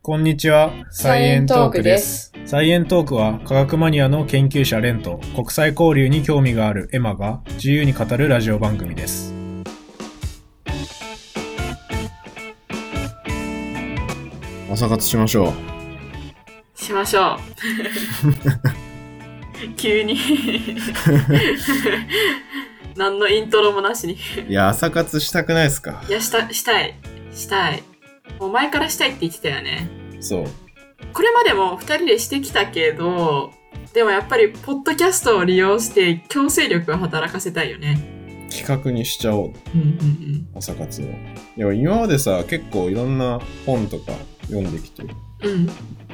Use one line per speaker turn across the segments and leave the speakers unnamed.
こんにちは、サイエントークです。サイエントークは科学マニアの研究者レンと国際交流に興味があるエマが自由に語るラジオ番組です。
朝活しましょう。
しまし ょう。急 に何のイントロもなしに。
いや、朝活したくないですか
いや、した、したい。したい。もう前からしたいって言ってたよね。
そう。
これまでも2人でしてきたけど、でもやっぱり、ポッドキャストを利用して強制力を働かせたいよね。
企画にしちゃおう、
うんうん
朝活を。いや、今までさ、結構いろんな本とか読んできて。い
うん。うん。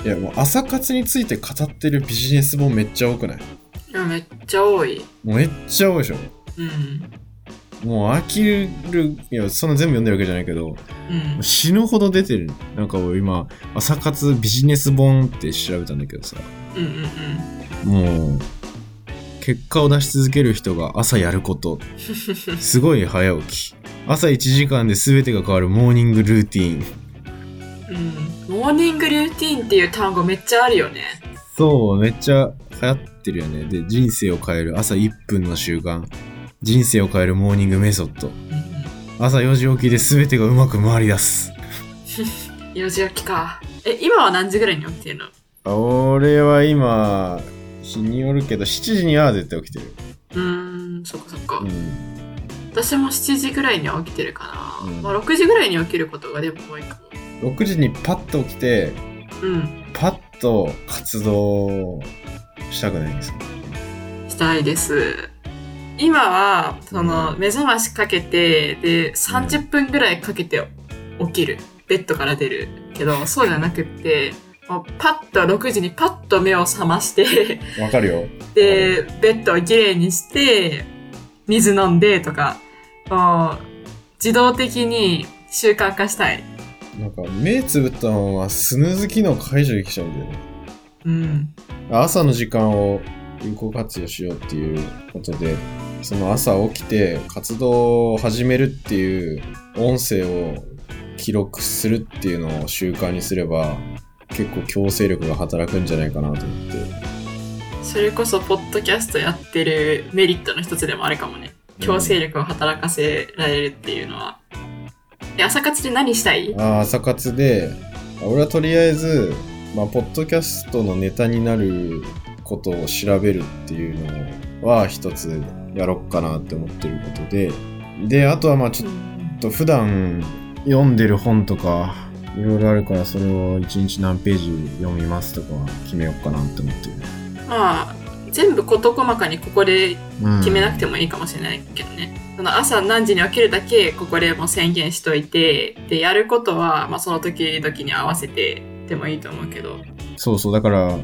い
や、もう朝活について語ってるビジネス本めっちゃ多くない
や、めっちゃ多い。
めっちゃ多いでしょ。
うん。
もう飽きる、いや、そんな全部読んでるわけじゃないけど、
うん。
死ぬほど出てる。なんか俺今、朝活ビジネス本って調べたんだけどさ、
うんうん
もう、結果を出し続ける人が朝やることすごい早起き。朝1時間で全てが変わるモーニングルーティーン。
うん。うん。モーニングルーティーンっていう単語めっちゃあるよね。
そう、めっちゃ流行ってるよね。で、人生を変える朝1分の習慣。人生を変えるモーニングメソッド。
うんうん。
朝4時起きで全てがうまく回り出す。
4時起きか。え、今は何時ぐらいに起きてるの
俺は今、日によるけど、7時には絶対起きてる。
うーん、そっかそっか。
うん。
私も7時ぐらいには起きてるか
う
な。
ん
まあ6時ぐらいに起きることがでも多いかも。
6時にパッと起きて、
うん、
パッと活動したくないんですか
したいです。今は、その、
うん
目覚ましかけて、で、30分ぐらいかけて起きる。ベッドから出る。けど、そうじゃなくって、もうパッと6時にパッと目を覚まして、
わかるよ。
で、ベッドをきれいにして、水飲んでとか、もう、自動的に習慣化したい。
なんか目つぶったままスヌーズ機能解除できちゃうんだよね。
うん。
朝の時間を有効活用しようっていうことで、その朝起きて活動を始めるっていう音声を記録するっていうのを習慣にすれば、結構強制力が働くんじゃないかなと思って。
それこそ、ポッドキャストやってるメリットの一つでもあるかもね。強制力を働かせられるっていうのは。え、朝活で何したい
あー朝活で、俺はとりあえず、まあ、ポッドキャストのネタになることを調べるっていうのは一つやろっかなって思ってることで、で、あとはまあちょっと普段読んでる本とか、いろいろあるからそれを一日何ページ読みますとかは決めようかなって思ってる。
まあ、全部事細かにここで
うん
決めなくてもいいかもしれないけどね。その朝何時に起きるだけここでもう宣言しといて、で、やることは、まあ、その時々に合わせてでもいいと思うけど。
そうそう、だから、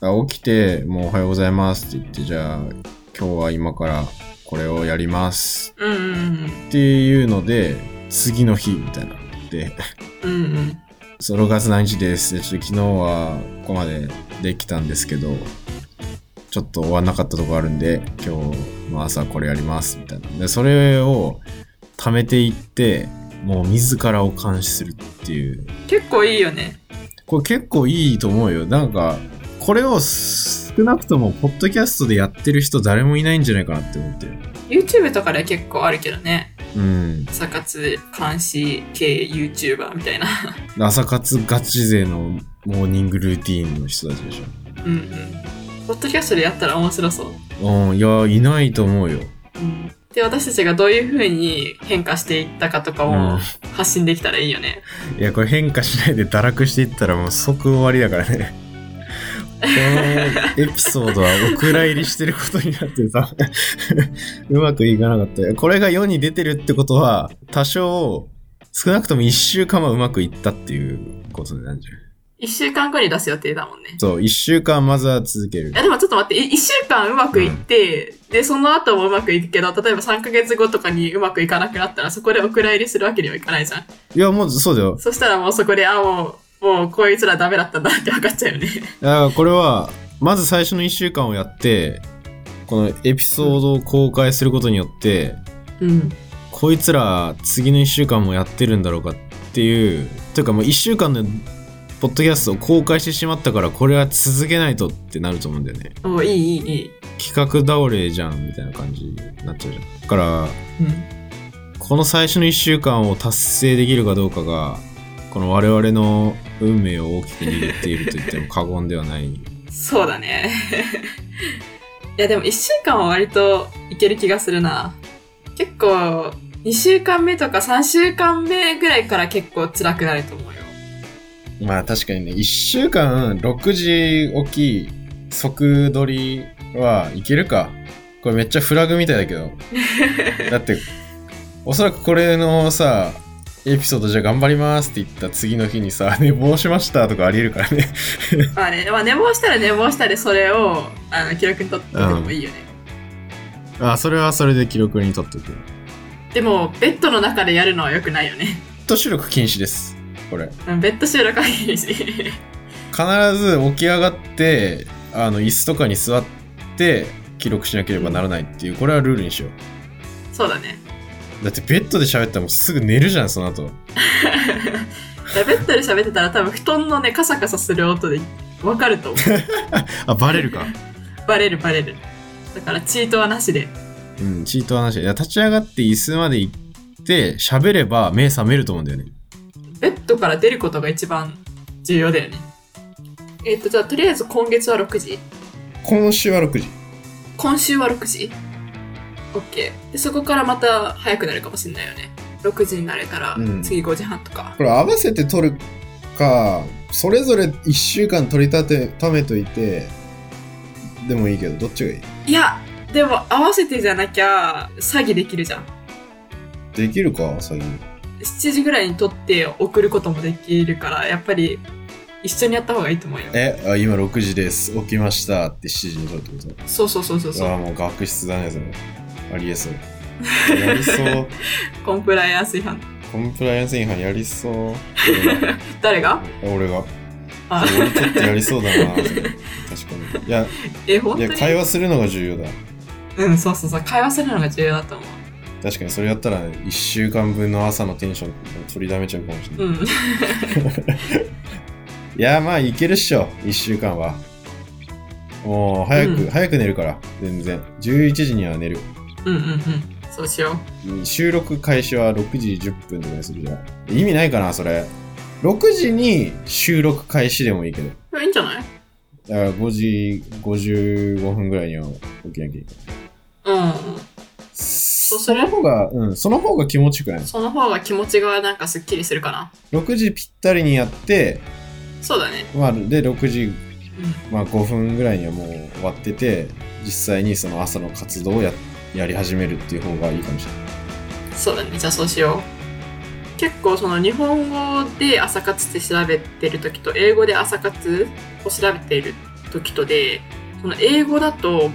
あ起きて、もうおはようございますって言って、じゃあ、今日は今からこれをやります
うんうん
っていうので次の日みたいなで
うん。うんうん。
「その6月何日です」でちょっと昨日はここまでできたんですけどちょっと終わんなかったとこあるんで今日の朝これやりますみたいなでそれを貯めていってもう自らを監視するっていう
結構いいよね。
これ結構いいと思うよなんかこれを少なくともポッドキャストでやってる人誰もいないんじゃないかなって思ってる
YouTube とかで結構あるけどね。
うん
朝活監視系 YouTuber みたいな。
朝活ガチ勢のモーニングルーティーンの人たちでしょ
うんうん。ポッドキャストでやったら面白そう。
うん、いや、いないと思うよ。
うん。で、私たちがどういう風に変化していったかとか
うん
を発信できたらいいよね。
いや、これ変化しないで堕落していったらもう即終わりだからね。このエピソードはお蔵入りしてることになってさ、 うまくいかなかったよ。これが世に出てるってことは、多少、少なくとも1週間はうまくいったっていうことなんじゃない
一週間後に出す予定だもんね。
そう、1週間まずは続ける
い。やでもちょっと待って、い一週間うまくいって、で、その後もうまくいくけど、例えば3ヶ月後とかにうまくいかなくなったら、そこでお蔵入りするわけにはいかないじゃん。
いや、もうそうだよ。
そしたらもうそこで、あ、もう、もうこいつらダメだったんだって分かっちゃうよね。
だからこれはまず最初の1週間をやってこのエピソードを公開することによって
うん。
こいつら次の1週間もやってるんだろうかっていうというかもう1週間のポッドキャストを公開してしまったからこれは続けないとってなると思うんだよね
おいいいいいい。
企画倒れじゃんみたいな感じになっちゃうじゃんだから
うん。
この最初の1週間を達成できるかどうかがこの我々の運命を大きく握っていると言っても過言ではない
そうだね。 いやでも1週間は割といける気がするな。結構2週間目とか3週間目ぐらいから結構辛くなると思うよ。
まあ確かにね、1週間6時起き、即撮りはいけるか。これめっちゃフラグみたいだ けど。だって、おそらくこれのさ、エピソードじゃあ頑張りますって言った次の日にさ、 寝坊しましたとかありえるからね。
まあね、まあ寝坊したら寝坊したでそれをあの記録にとってでもいいよね。
あ、それはそれで記録にとっておく。
でもベッドの中でやるのは良くないよね。
と収録禁止です。これ。
うんベッド収録はいいし。
必ず起き上がって、あの、椅子とかに座って記録しなければならないっていう、これはルールにしよう。
そうだね。
だってベッドで喋ったらもうすぐ寝るじゃんその後
いやベッドで喋ってたら多分布団のねカサカサする音でわかると思う。
あバレるか
バレるバレる。だからチートはなしで。
うんチート話いや立ち上がって椅子まで行って喋れば目覚めると思うんだよね
ベッドから出ることが一番重要だよね。えっ、と、じゃあ、とりあえず今月は6時。
今週は6時
今週は6時。OK。で、そこからまた早くなるかもしれないよね。6時になれたら、
うん
次5時半とか。
これ合わせて撮るかそれぞれ1週間取りたてためといてでもいいけどどっちがいい
いや、でも合わせてじゃなきゃ、詐欺できるじゃん。
できるか最近
7時ぐらいに撮って送ることもできるから、やっぱり一緒にやった方がいいと思うよ。
えあ今6時です起きましたって7時に撮るってこ
そうそうそうそう
と
そ
あ
う。
あもう学室だねそれありえそう やりそう
コンプライアンス違反。
コンプライアンス違反やり そう
誰が
俺が
あ、
俺ちょっとやりそうだ な確かにいや
え、本
い
当
や
に
会話するのが重要だ
うん、そうそうそう。会話するのが重要だと思う。
確かにそれやったら1週間分の朝のテンションを取りだめちゃうかもしれない、
うん。
いやまあいけるっしょ1週間はもう早く、
うん
早く寝るから全然11時には寝る
うんうんうん。そうしよ
収録開始は6時10分とかにするじゃん意味ないかなそれ6時に収録開始でもいいけど
う。いいんじゃない
だから5時55分ぐらいには起きなきゃいけない
うん。
そう
する
の方が、うん、その方が気持ちよくない
その方が気持ちがなんかすっきりするかな。
6時ぴったりにやって、
そうだね。
まあ、で、6時、
う
まあ、5分ぐらいにはもう終わってて、実際にその朝の活動をややり始めるっていう方がいいかもしれない。
ん。そうだね。じゃあそうしよう。結構その日本語で朝活って調べてる時と英語で朝活を調べている時とで、その英語だと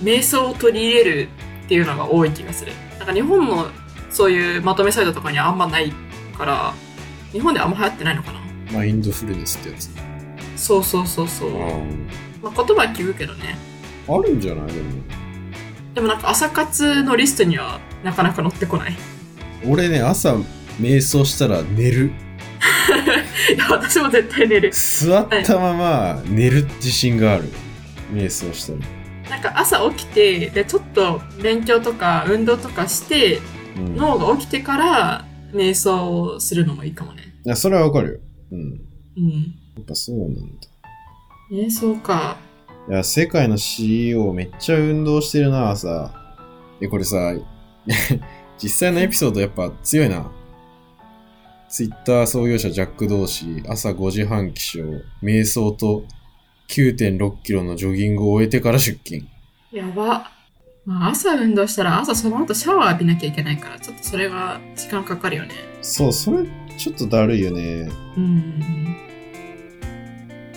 瞑想を取り入れるっていうのが多い気がする。なんか日本のそういうまとめサイトとかにはあんまないから、日本ではあんま流行ってないのかな。
マインドフルネスってやつ。
そうそうそうそう。まあ、言葉は聞くけどね。
あるんじゃないでも。
でもなんか朝活のリストにはなかなか載ってこない。い
俺ね、朝、瞑想したら寝る。
や、私も絶対寝る。
座ったまま寝る自信がある。瞑想したら。
なんか朝起きて、で、ちょっと勉強とか運動とかして、
うん。い
脳が起きてから瞑想をするのもいいかもね。
や、それはわかるよ。うん。
うん。
やっぱそうなんだ。
瞑想か。
いや、世界の CEO めっちゃ運動してるな、朝。え、これさ、 実際のエピソードやっぱ強いな。ツイッター創業者ジャック同士、朝5時半起床、瞑想と9.6キロのジョギングを終えてから出勤。
やば。まあ朝運動したら朝その後シャワー浴びなきゃいけないから、ちょっとそれが時間かかるよね。
そう、それちょっとだるいよね。
うん。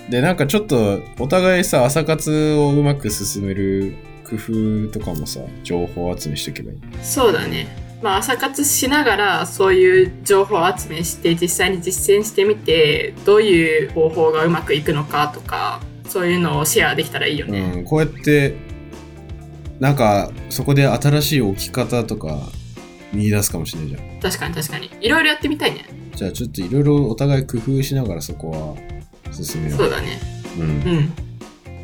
で、なんかちょっとお互いさ、朝活をうまく進める工夫とかもさ、情報集めしていけばいい。
そうだね。まあ朝活しながらそういう情報を集めして実際に実践してみてどういう方法がうまくいくのかとかそういうのをシェアできたらいいよね。
うん、こうやってなんかそこで新しい置き方とか見出すかもしれないじゃん
確かに確かに。いろいろやってみたいね。
じゃあちょっといろいろお互い工夫しながらそこは進めよ
そう
う。
だね。
うん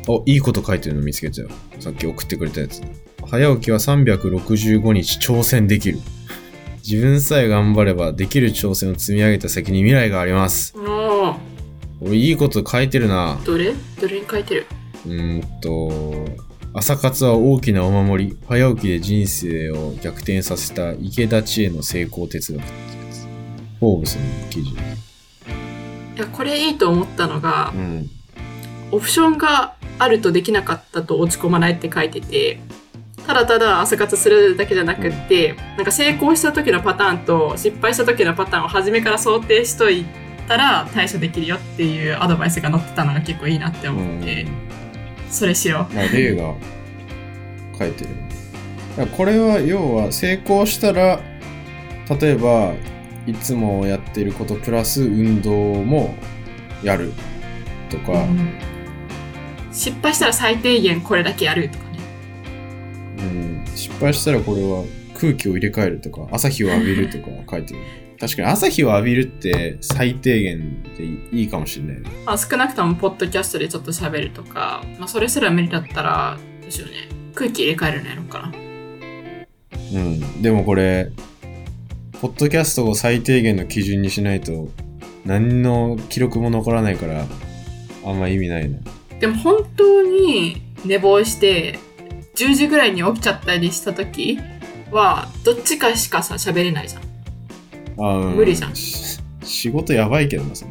う。ん。
お、いいこと書いてるの見つけたよ。さっき送ってくれたやつ。早起きは365日挑戦できる。自分さえ頑張ればできる挑戦を積み上げた先に未来があります。
おー
俺いいこと書いてるな。
どれどれに書いてる
うーんと、朝活は大きなお守り。早起きで人生を逆転させた池田知恵の成功哲学ってやつ。フォーブスの記事。
いや、これいいと思ったのが、
ん。
オプションがあるとできなかったと落ち込まないって書いてて、ただただ朝活するだけじゃなくって、なんか成功した時のパターンと失敗した時のパターンを初めから想定しといたら対処できるよっていうアドバイスが載ってたのが結構いいなって思って、それしよ
まあ、例が書いてる。だからこれは要は成功したら、例えば、いつもやってることプラス運動もやると
う。
か、
失敗したら最低限これだけやるとかね。
うん失敗したらこれは空気を入れ替えるとか、朝日を浴びるとか書いてる。確かに朝日を浴びるって最低限でいいかもしれないね。
まあ、少なくともポッドキャストでちょっと喋るとか、まあ、それすら無理だったら、どうしようね。空気入れ替えるのやろうかな。
うん。でもこれ、ポッドキャストを最低限の基準にしないと、何の記録も残らないから、あんま意味ないね。
でも本当に寝坊して10時ぐらいに起きちゃったりした時はどっちかしかさ喋れないじゃん
あーう
無理じゃん
し仕事やばいけどな、それ。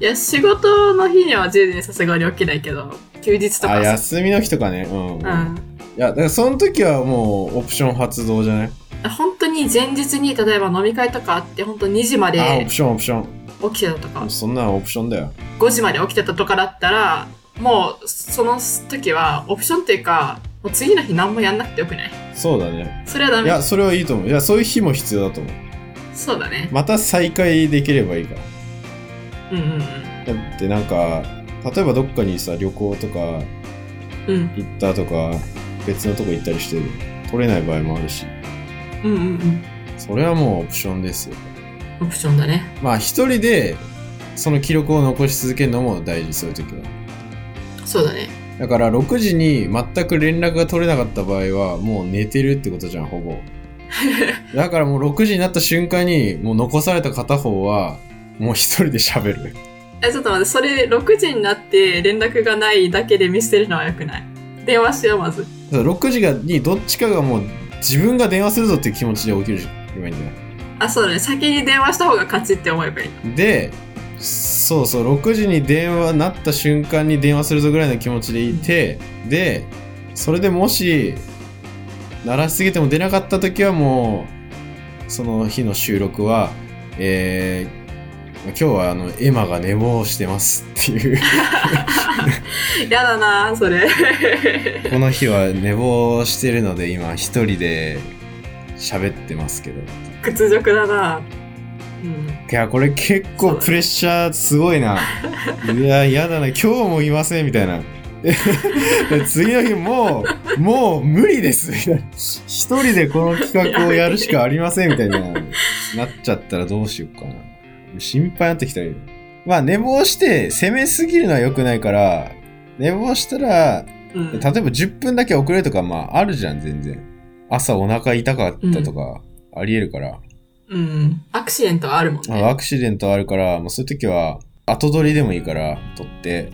いや仕事の日には10時にさすがに起きないけど休日と
あ、
かさ
休みの日とかね。うん。い
うん
や、だからその時はもうオプション発動じゃない
本当に前日に例えば飲み会とかあって本当2時ま
あ、オ
で
プション、オプション。
起きてたとか
そんなのオプションだよ。
5時まで起きてたとかだったらもうその時はオプションっていうかもう次の日何もやんなくてよくない
そうだね。
それはダ
い
メ
や、それはいいと思う。いや、そういう日も必要だと思う。
そうだね
また再開できればいいから。
うんうん
だってなんか、例えばどっかにさ、旅行とか
うんうん
行ったとか、別のとこ行ったりして、取れない場合もあるし、
うんうん
それはもうオプションですよ。
うんオプションだね
まあ、一人で、その記録を残し続けるのも大事、そういう時は。
そうだね
だから、6時に全く連絡が取れなかった場合は、もう寝てるってことじゃん、ほぼ。だからもう6時になった瞬間に、もう残された片方は、もう一人で喋る。
えちょっと待ってそれ6時になって連絡がないだけで見捨てるのはよくない電話しようまず
そう6時がにどっちかがもう自分が電話するぞっていう気持ちで起きるじゃんいいんだよ
あそうだね先に電話した方が勝ちって思えばいい
でそうそう6時に電話なった瞬間に電話するぞぐらいの気持ちでいてでそれでもし鳴らしすぎても出なかった時はもうその日の収録はえー今日はあのエマが寝坊してますっていう
やだなそれ
この日は寝坊してるので今一人で喋ってますけど
屈辱だなうん
いや、これ結構プレッシャーすごいな。いや、嫌だな。今日もいません、みたいな。 で次の日、もう、もう無理です、みたいな。一人でこの企画をやるしかありません、みたいな。なっちゃったらどうしようかな。心配になってきたよ。まあ、寝坊して攻めすぎるのは良くないから、寝坊したら、
うん
例えば10分だけ遅れるとか、まあ、あるじゃん、全然。朝お腹痛かったとか、ありえるから。
うんアクシデントはあるもん
あア
ね
クシデントあるから、もうそういう時は、後取りでもいいから、取って。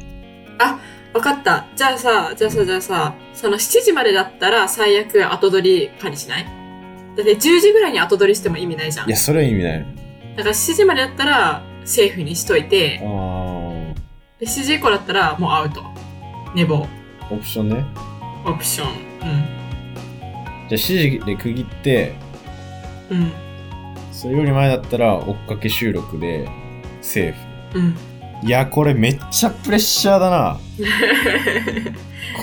分かったじゃあさじゃあさじゃあさその7時までだったら最悪後取りかにしないだって10時ぐらいに後取りしても意味ないじゃん
いや、それは意味ない。
だから7時までだったらセーフにしといて
あ
で7時以降だったらもうアウト寝坊
ーオプションね。
オプション。
じゃあ、7時で区切って、
うん。うん。
それより前だったら、追っかけ収録で、セーフ。
うん。
いや、これめっちゃプレッシャーだな。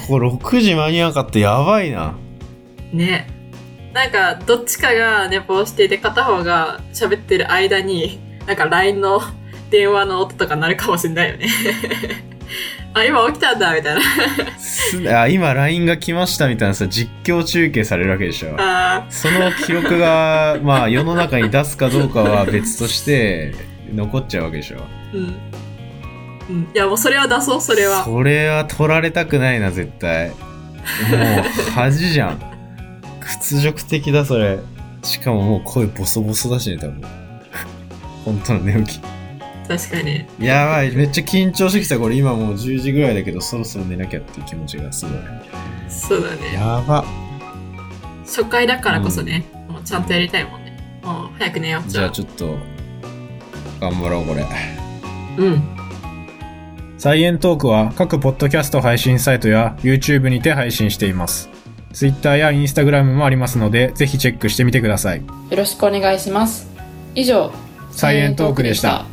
ここ6時間に合わなかったやばいな。
ね。なんか、どっちかが寝坊していて、片方が喋ってる間に、なんか LINE の電話の音とか鳴るかもしれないよね。 あ、今起きたんだ、みたいな。
すあ、今 LINE が来ましたみたいなさ、実況中継されるわけでしょ。
あ
その記録が、まあ、世の中に出すかどうかは別として、残っちゃうわけでしょ。
ーうん。うん、いやもうそれは出そうそれは
それは取られたくないな絶対もう恥じゃん屈辱的だそれしかももう声ボソボソだしね多分本当の寝起
確かに
きやばいめっちゃ緊張してきたこれ今
今もう10時ぐらいだけど、そろそろ寝なきゃっていう気持ちがすごい。
そうだね
やば
初回だからこそね、もうちゃんとやりたいもんねもう早く寝よう
じゃあちょっと、頑張ろう、これ。
うん
サイエントークは各ポッドキャスト配信サイトや YouTube にて配信しています。Twitter や Instagram もありますので、ぜひチェックしてみてください。
よろしくお願いします以上
サイエントークでした。